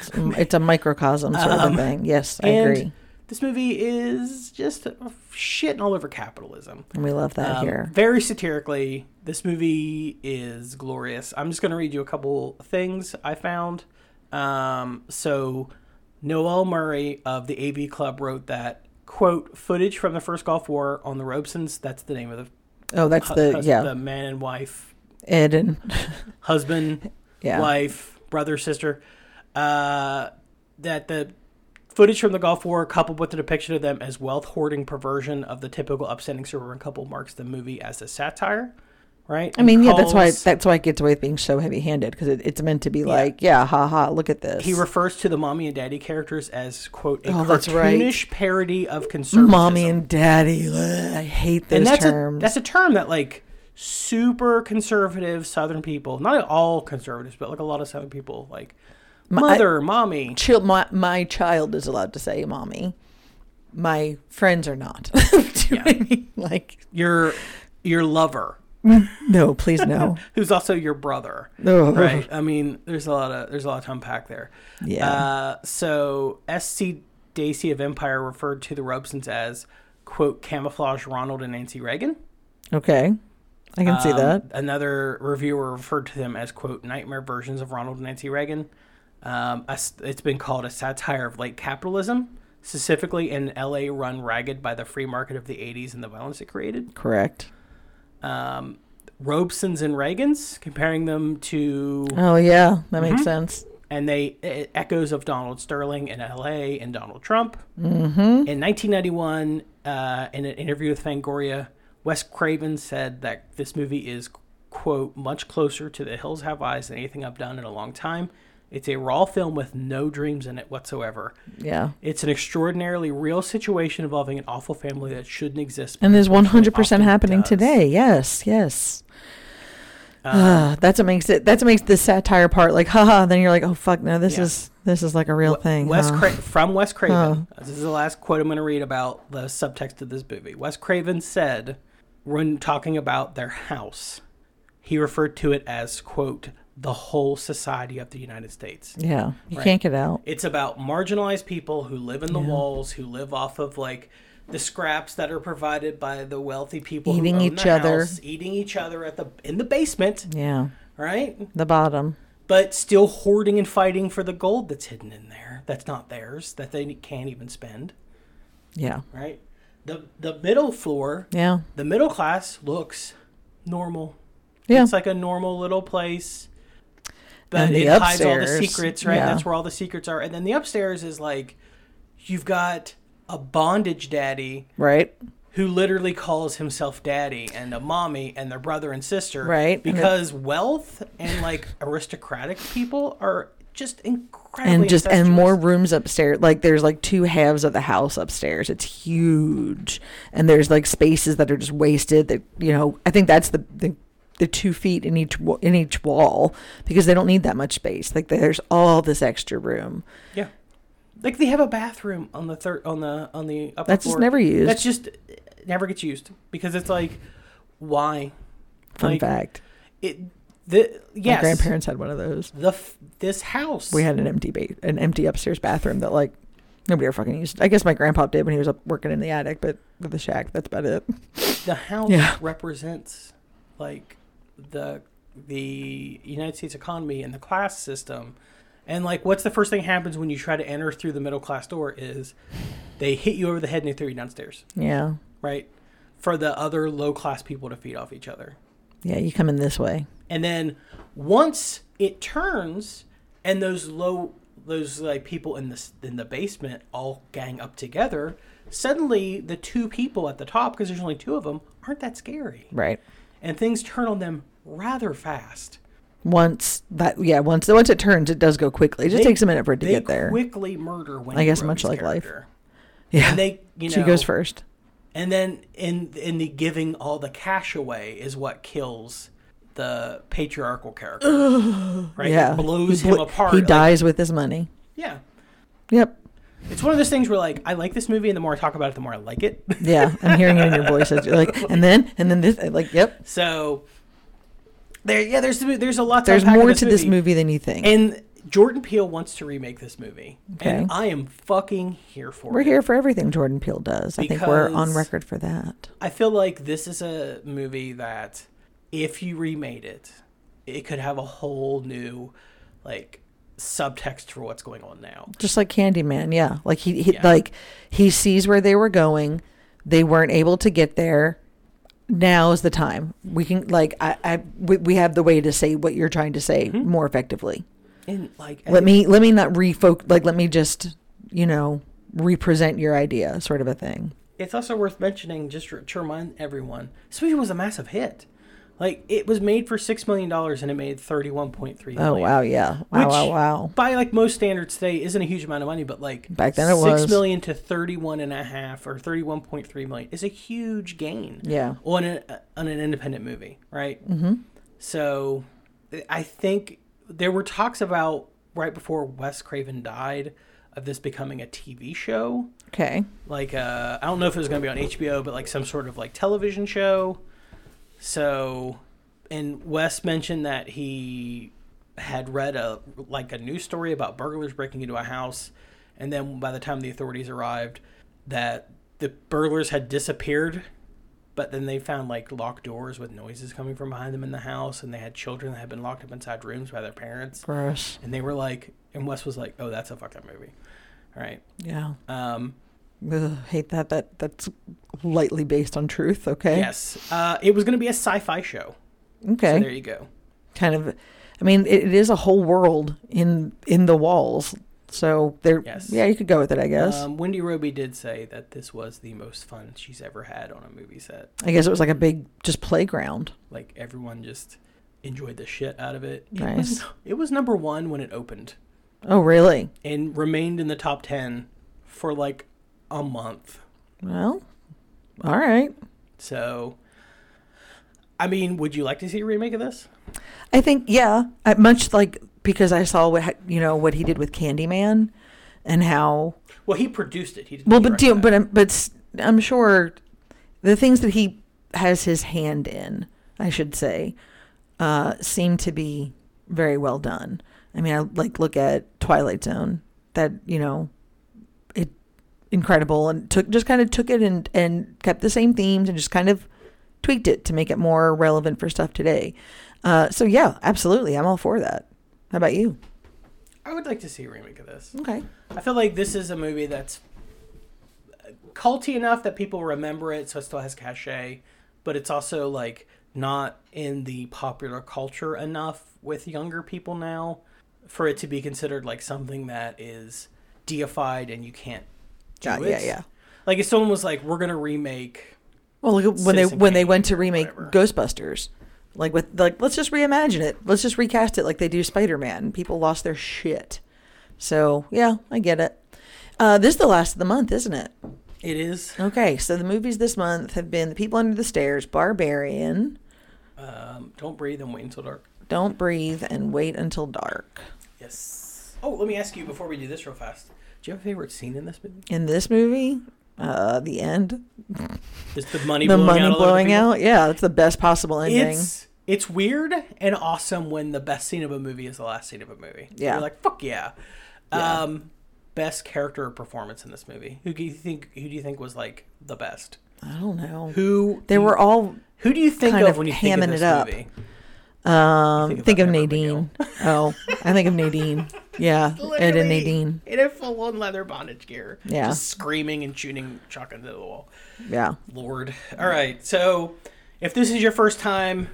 It's, it's a microcosm sort of a thing. Yes, I Um, and agree. This movie is just shitting all over capitalism. And we love that Um, here. Very satirically, this movie is glorious. I'm just going to read you a couple things I found. Um, so, Noel Murray of the AV Club wrote that quote footage from the first Gulf War on the Robesons. That's the name of Oh, that's the, the, hus- yeah. the man and wife Ed [laughs] and husband, Yeah. wife, brother, sister, uh, that the footage from the Gulf War, coupled with the depiction of them as wealth hoarding perversion of the typical upstanding suburban couple, marks the movie as a satire, right? I mean, yeah, that's why that's why it gets away with being so heavy-handed because it, it's meant to be like, yeah, ha ha, look at this. he refers to the mommy and daddy characters as quote a Oh, that's right. cartoonish parody of conservatism. mommy and daddy. ugh, I hate those and that's terms. a that's a term that like super conservative Southern people, not all conservatives, but like a lot of Southern people, like mother, mommy, Chil- my, my child is allowed to say mommy. My friends are not. [laughs] Do you know what I mean? Like, your your lover, no, please [laughs] no. who's also your brother. Ugh. Right. I mean, there's a lot of there's a lot to unpack there. Yeah. Uh, so SC Dacey of Empire referred to the Robesons as quote camouflage Ronald and Nancy Reagan. Um, Okay. I can see that. Another reviewer referred to them as quote nightmare versions of Ronald and Nancy Reagan. Um, a s- it's been called a satire of late capitalism, specifically in LA run ragged by the free market of the 80s and the violence it created. Correct. um, Robesons and Reagans, comparing them to, Oh, yeah. That makes sense. and they e- echoes of Donald Sterling in L.A. and Donald Trump. Mm-hmm. In 1991, uh, in an interview with Fangoria, Wes Craven said that this movie is quote much closer to The Hills Have Eyes than anything I've done in a long time. It's a raw film with no dreams in it whatsoever. Yeah. It's an extraordinarily real situation involving an awful family that shouldn't exist. And is 100% often happening does. Um, today. Yes. Yes. Ah, that's what makes it. That's what makes the satire part like, haha. Then you're like, oh fuck, no, this Yeah. is this is like a real thing. Wes huh? Cra- from Wes Craven. This is the last quote I'm going to read about the subtext of this movie. Wes Craven said, when talking about their house, he referred to it as quote the whole society of the United States. yeah, you can't get out. It's about marginalized people who live in the walls, who live off of like the scraps that are provided by the wealthy people, who Eating own each the other. house, eating each other at the in the basement, Yeah, right? the bottom. but still hoarding and fighting for the gold that's hidden in there that's not theirs that they can't even spend Yeah, right the the middle floor yeah, the middle class looks normal yeah. it's like a normal little place but And the it hides all the upstairs, secrets right yeah. that's where all the secrets are and then the upstairs is like you've got a bondage daddy right. who literally calls himself daddy and a mommy and their brother and sister. Right. Because wealth and like [laughs] aristocratic people are just incredibly And just and incestuous. more rooms upstairs. Like there's like two halves of the house upstairs. It's huge, and there's like spaces that are just wasted. That you know, I think that's the the, the two feet in each wa- in each wall because they don't need that much space. Like there's all this extra room. Yeah. Like they have a bathroom on the third on the on the upper That's just floor. never used. That's just it never gets used because it's like why Fun Like, fact: it the yes My grandparents had one of those. the f- this house We had an empty ba- an empty upstairs bathroom that like Nobody ever fucking used. I guess my grandpa did when he was up working in the attic, but with the shack, that's about it. The house Yeah. represents like the the United States economy and the class system. And like what's the first thing happens when you try to enter through the middle class door is they hit you over the head and they throw you downstairs, Yeah, right? For the other low class people to feed off each other. yeah. You come in this way. And then once it turns and those low those like people in this in the basement all gang up together, suddenly the two people at the top because there's only two of them aren't that scary. Right. And things turn on them rather fast. Once that, yeah. Once once it turns, it does go quickly. It just They- takes a minute for it to they get there. Quickly murder when I guess much like life. yeah. And [laughs] they, you know, she goes first. And then in in the giving all the cash away is what kills the patriarchal character. right? yeah. It blows He him blo- apart. He like- dies with his money. Yeah. Yep. It's one of those things where like I like this movie, and the more I talk about it, the more I like it. [laughs] Yeah. I'm hearing it in your voice. It's like, and then, and then this, like, yep. so there, yeah, there's there's a lot. To There's unpack in more to this movie than you think. and Jordan Peele wants to remake this movie, Okay. and I am fucking here for we're it. here for everything Jordan Peele does. I think we're on Because- record for that. I feel like this is a movie that, if you remade it, it could have a whole new, like, subtext for what's going on now. Just like Candyman, yeah. Like he, he Yeah. like he sees where they were going. They weren't able to get there. Now is the time. We can like I, I we, we have the way to say what you're trying to say more effectively. And like, Mm-hmm. I let think- me let me not refocus like let me just you know represent your idea sort of a thing it's also worth mentioning just r- to remind everyone this movie was a massive hit like it was made for six million dollars and it made 31.3 million oh wow yeah wow Which, wow wow by like most standards today isn't a huge amount of money but like Back then it was. six million to 31 and a half or 31.3 million is a huge gain Yeah. on, a, on an independent movie right mm-hmm. so i think there were talks about right before wes craven died of this becoming a tv show okay like uh, I don't know if it was gonna be on HBO, but like some sort of like television show. So, and Wes mentioned that he had read a like a news story about burglars breaking into a house, and then by the time the authorities arrived, that the burglars had disappeared, but then they found like locked doors with noises coming from behind them in the house, and they had children that had been locked up inside rooms by their parents, gross and they were like, and Wes was like, "Oh, that's a fucked up movie." All right. yeah Um, Ugh, hate that that that's lightly based on truth okay Yes. Uh, it was going to be a sci fi show. So okay there you go. kind of i mean it, it is a whole world in in the walls so there Yes. yeah you could go with it i guess Um, Wendy Roby did say that this was the most fun she's ever had on a movie set. i guess it was like a big just playground Like, everyone just enjoyed the shit out of it. It Nice. Was, [laughs] it was number one when it opened oh really and remained in the top 10 for like a month. well all right So, I mean, would you like to see a remake of this? I think yeah, I, much like because I saw what you know what he did with Candyman, and how Well, he produced it. He didn't well, but direct do, that. but I'm, but s- I'm sure the things that he has his hand in, I should say, uh, seem to be very well done. I mean, I like look at Twilight Zone that you know it incredible and took just kind of took it and and kept the same themes and just kind of tweaked it to make it more relevant for stuff today. Uh, so yeah, absolutely, I'm all for that. How about you? I would like to see a remake of this. Okay, I feel like this is a movie that's uh, culty enough that people remember it, so it still has cachet, but it's also like not in the popular culture enough with younger people now for it to be considered like something that is deified and you can't do yeah, it. yeah, yeah. Like if someone was like, "We're gonna remake," Well, look, at when they Citizen when they Kane went to or remake whatever. Ghostbusters, like with like let's just reimagine it, let's just recast it like they do Spider Man. People lost their shit. So yeah, I get it. Uh, this is the last of the month, isn't it? it is Okay, so the movies this month have been The People Under the Stairs, Barbarian, um, "Don't Breathe and Wait Until Dark." Don't Breathe, and Wait Until Dark. Yes. Oh, let me ask you before we do this real fast. Do you have a favorite scene in this movie? In this movie, uh, the end, Is the money the blowing out? money all over the blowing people? out. Yeah, that's the best possible ending. It's it's weird and awesome when the best scene of a movie is the last scene of a movie. Yeah. You're like, fuck yeah. Um best character or performance in this movie? Who do you think? Who do you think was like the best? I don't know. Who They were all Who do you think kind of, of when you think of hamming this it up. movie? um think think, about of Deborah Nadine. [laughs] oh, I think of Nadine. Yeah, Ed and Nadine. in a full-on leather bondage gear, Yeah. just screaming and shooting shotgun into the wall. Yeah. Lord. All right. So, if this is your first time,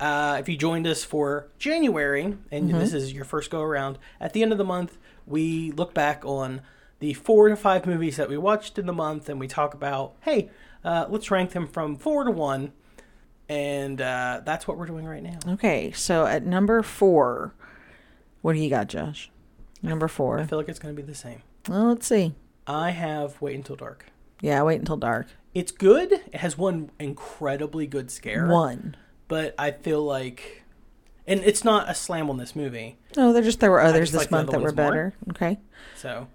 uh, if you joined us for January and this is your first go around, at the end of the month, we look back on the four to five movies that we watched in the month and we talk about, hey, uh, let's rank them from four to one. And uh, that's what we're doing right now. Okay, so at number four, what do you got, Josh? Number I four. feel like it's going to be the same. Well, let's see. I have Wait Until Dark. Yeah, wait until dark. It's good. It has one incredibly good scare. One. But I feel like. And it's not a slam on this movie. No, there just there were others just this like the month other that were ones more. better. Okay. So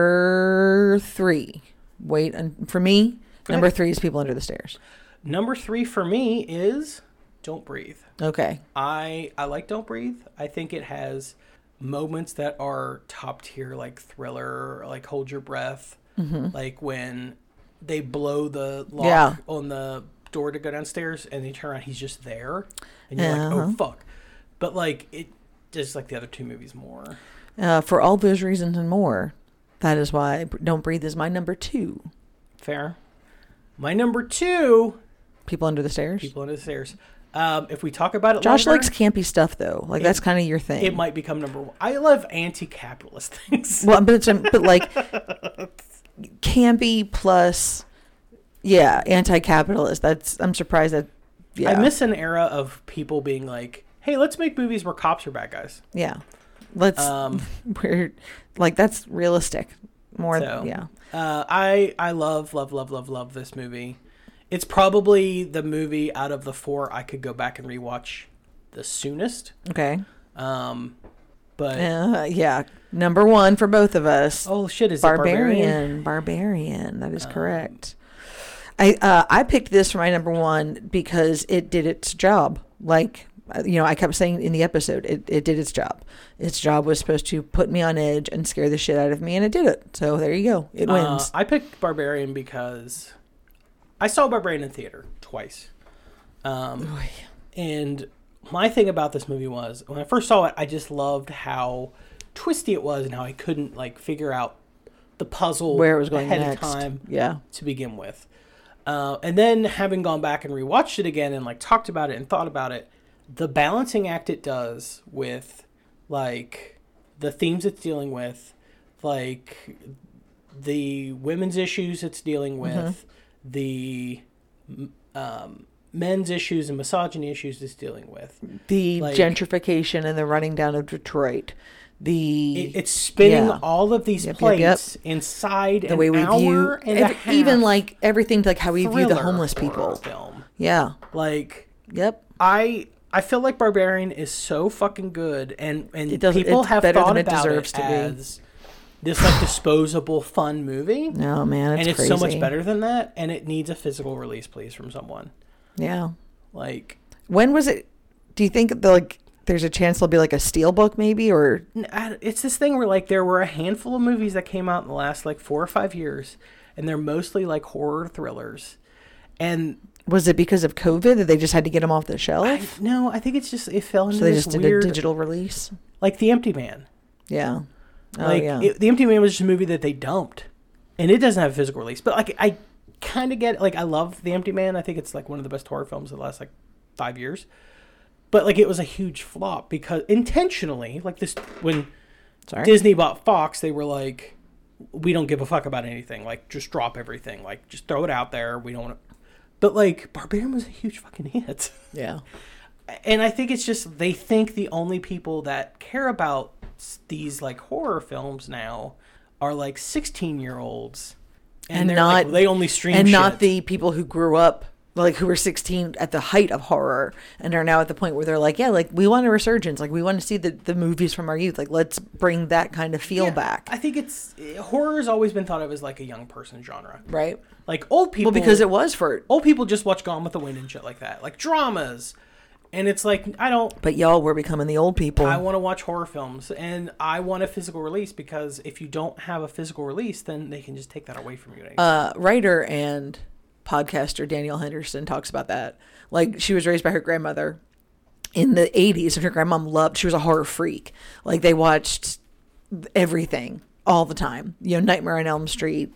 Number three. Wait, and for me, Go number ahead. three is people under the stairs. number three for me is Don't Breathe. Okay. I I like Don't Breathe. I think it has moments that are top tier, like thriller, like hold your breath, like when they blow the lock Mm-hmm. Yeah. on the door to go downstairs, and they turn around, he's just there, and you're like, oh Uh-huh. fuck. But like it, just like the other two movies more. Uh, for all those reasons and more, that is why Don't Breathe is my number two. Fair. My number two, People under the stairs. People Under the Stairs. Um, if we talk about it, Josh longer- likes campy stuff though. Like that's kind of your thing. it might become number one. I love anti-capitalist [laughs] things. Well, but it's [laughs] but like campy plus, yeah, anti-capitalist. That's I'm surprised that. Yeah, I miss an era of people being like, "Hey, let's make movies where cops are bad guys." Yeah, let's [laughs] Um, we're like that's realistic. More, So, yeah. uh, I I love love love love love this movie. It's probably the movie out of the four I could go back and rewatch the soonest. Okay. Um, but Uh, yeah, number one for both of us. oh shit, is it Oh. barbarian, barbarian. That is correct. I uh, I picked this for my number one because it did its job. Like uh, you know, I kept saying in the episode, it, it did its job. Its job was supposed to put me on edge and scare the shit out of me, and it did it. So there you go. It barbarian? Uh, wins. I picked barbarian because I saw barbarian in theater twice. Um, Oh, And my thing about this movie was when I first saw it, I just loved how twisty it was and how I couldn't like figure out the puzzle Where it was going ahead next? of time Yeah. to begin with. Uh, and then having gone back and rewatched it again and like talked about it and thought about it, the balancing act it does with like the themes it's dealing with, like the women's issues it's dealing Mm-hmm. with, the m- um, men's issues and misogyny issues it's dealing with. The like- gentrification and the running down of Detroit. The It, it's spinning Yeah. all of these Yep, yep, yep. planes inside the way we hour view and ev- a half even like everything like how we view the thriller homeless people. film. Yeah. Like Yep. I I feel like Barbarian is so fucking good, and and It doesn't- people it's have better than thought it about deserves it to be. as this like disposable fun movie, No man, it's and it's crazy. so much better than that. And it needs a physical release, please, from someone. Yeah. Like When was it? Do you think the, like there's a chance there'll be like a steel book maybe or n- I- it's this thing where like there were a handful of movies that came out in the last like four or five years, and they're mostly like horror thrillers, and was it because of COVID that they just had to get them off the shelf? I, no, I think it's just it fell into so they this just did weird a digital release. like The Empty Man. Yeah. Oh Like yeah. it- the Empty Man was just a movie that they dumped, and it doesn't have a physical release. But like I kind of get like I love the Empty Man. I think it's like one of the best horror films of the last like five years. But like it was a huge flop because intentionally, like this when Sorry. Disney bought Fox, they were like, we don't give a fuck about anything. Like just drop everything. Like just throw it out there. We don't want. to... But like Barbarian was a huge fucking hit. [laughs] yeah. and I think it's just they think the only people that care about s- these like horror films now are like sixteen year olds, And they're like, not- they only stream And not shit. the people who grew up like who were 16 at the height of horror and are now at the point where they're like, yeah, like we want a resurgence. Like we want to see the, the movies from our youth. Like let's bring that kind of feel Yeah, back. I think it's eh, horror has always been thought of as like a young person genre, right. like old people. Well, because it was for old people just watch Gone with the Wind and shit like that, like dramas. And it's like I don't But y'all were becoming the old people. I want to watch horror films and I want a physical release because if you don't have a physical release, then they can just take that away from you. uh, writer and podcaster Danielle Henderson talks about that. Like she was raised by her grandmother in the 80s and her grandmom loved she was a horror freak. Like they watched everything all the time. You know, Nightmare on Elm Street,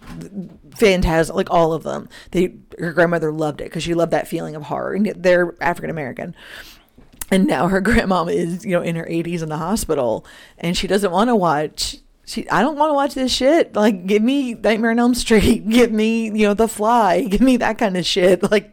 Phantasm, like all of them. They her grandmother loved it cuz she loved that feeling of horror. And yet they're African American. And now her [laughs] grandma is, you know, in her 80s in the hospital and she doesn't want to watch. She, I don't want to watch this shit. Like, give me Nightmare on Elm Street. [laughs] Give me, you know, The Fly. [laughs] Give me that kind of shit. Like,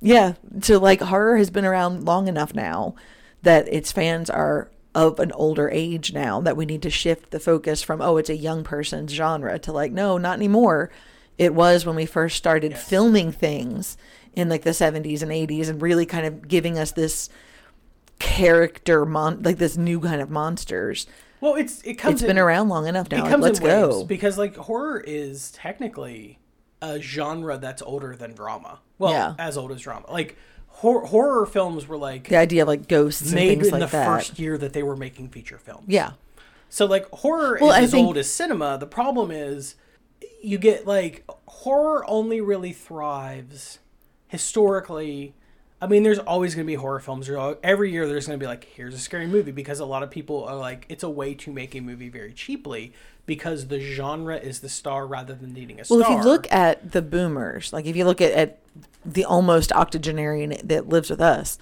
yeah. So, like, horror has been around long enough now that its fans are of an older age now that we need to shift the focus from, oh, it's a young person's genre to like, no, not anymore. It was when we first started filming things in like the 70s and 80s and really kind of giving us this character mon like this new kind of monsters. well, it's it comes It's been in- around long enough now. It Like, comes let's in waves go. because like horror is technically a genre that's older than drama. Well, Yeah. as old as drama. Like hor- horror films were like the idea of like ghosts and made things in like the that. first year that they were making feature films. yeah. So like horror Well, is I as think- old as cinema. The problem is you get like horror only really thrives historically. I mean, there's always going to be horror films. There's al- Every year, there's going to be like, here's a scary movie because a lot of people are like, it's a way to make a movie very cheaply because the genre is the star rather than needing a Well, star. if you look at the boomers, like if you look at, at the almost octogenarian that lives with us,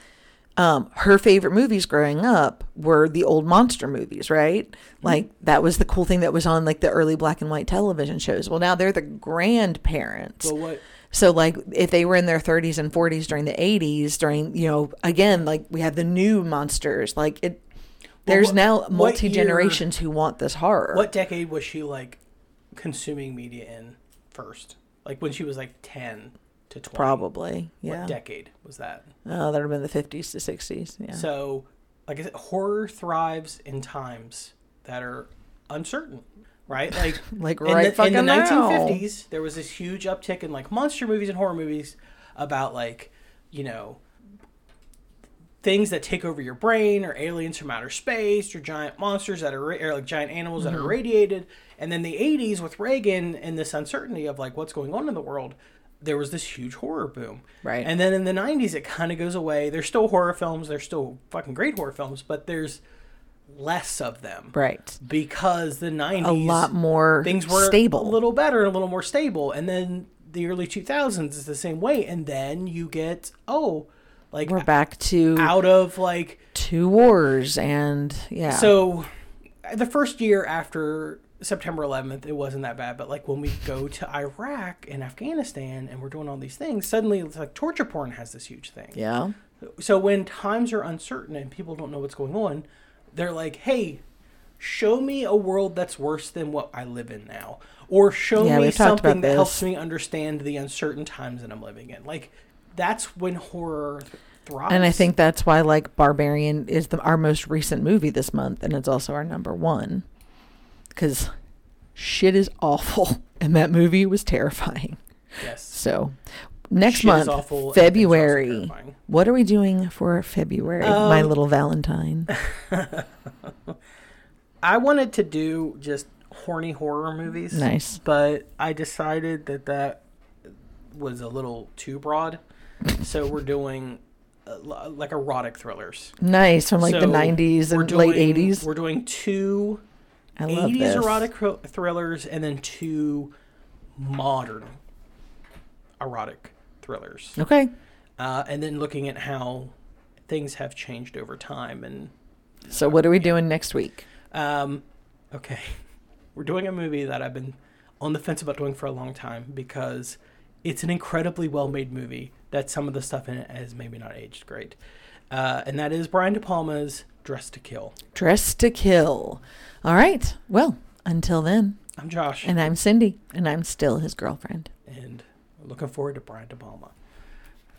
um, her favorite movies growing up were the old monster movies, right? Mm-hmm. Like that was the cool thing that was on like the early black and white television shows. Well, now they're the grandparents. But what So like if they were in their 30s and 40s during the 80s during you know again like we have the new monsters like it there's what- now what year- multi generations who want this horror. what decade was she like consuming media in first? Like when she was like ten to twenty. probably yeah. What decade was that? Oh, that would have been the 50s to 60s. Yeah. So, like I said, horror thrives in times that are uncertain, [laughs] right? Like, Like in the- right in the fucking now. 1950s, there was this huge uptick in like monster movies and horror movies about like, you know, things that take over your brain or aliens from outer space or giant monsters that are or like giant animals Mm-hmm. that are irradiated. And then the 80s with Reagan and this uncertainty of like what's going on in the world, there was this huge horror boom. Right. And then in the 90s it kind of goes away. There's still horror films, there's still fucking great horror films, but there's less of them. right. Because the 90s A lot more things were stable. a little better and a little more stable and then the early 2000s is the same way and then you get oh like we're back to out of like two wars and yeah. so the first year after September 11th it wasn't that bad but like when we go to Iraq and Afghanistan and we're doing all these things suddenly it's like torture porn has this huge thing yeah. so when times are uncertain and people don't know what's going on, they're like, "Hey, show me a world that's worse than what I live in now, or show Yeah, me we've talked about something that this. helps me understand the uncertain times that I'm living in." Like that's when horror th- thrives. And I think that's why like Barbarian is the, our most recent movie this month and it's also our number 1. Cuz shit is awful [laughs] and that movie was terrifying. yes, So next Shit is month awful and things are also February. terrifying. What are we doing for February? My Um, little Valentine. I wanted to do just horny horror movies. Nice. but I decided that that was a little too broad, so we're doing uh, l- like erotic thrillers. Nice from like [laughs] the So 90s we're and late doing- 80s. We're doing two I love 80s this. erotic cr- thrillers and then two modern erotic thrillers. Okay. Uh, and then looking at how things have changed over time. And, So what are we doing next week? um, okay, [laughs] we're doing a movie that I've been on the fence about doing for a long time because it's an incredibly well made movie that some of the stuff in it has maybe not aged great. Uh, and that is Brian De Palma's Dress to Kill. Dress to Kill. All right. Well, until then, I'm Josh. and I'm Cindy, and I'm still his girlfriend. and looking forward to Brian De Palma.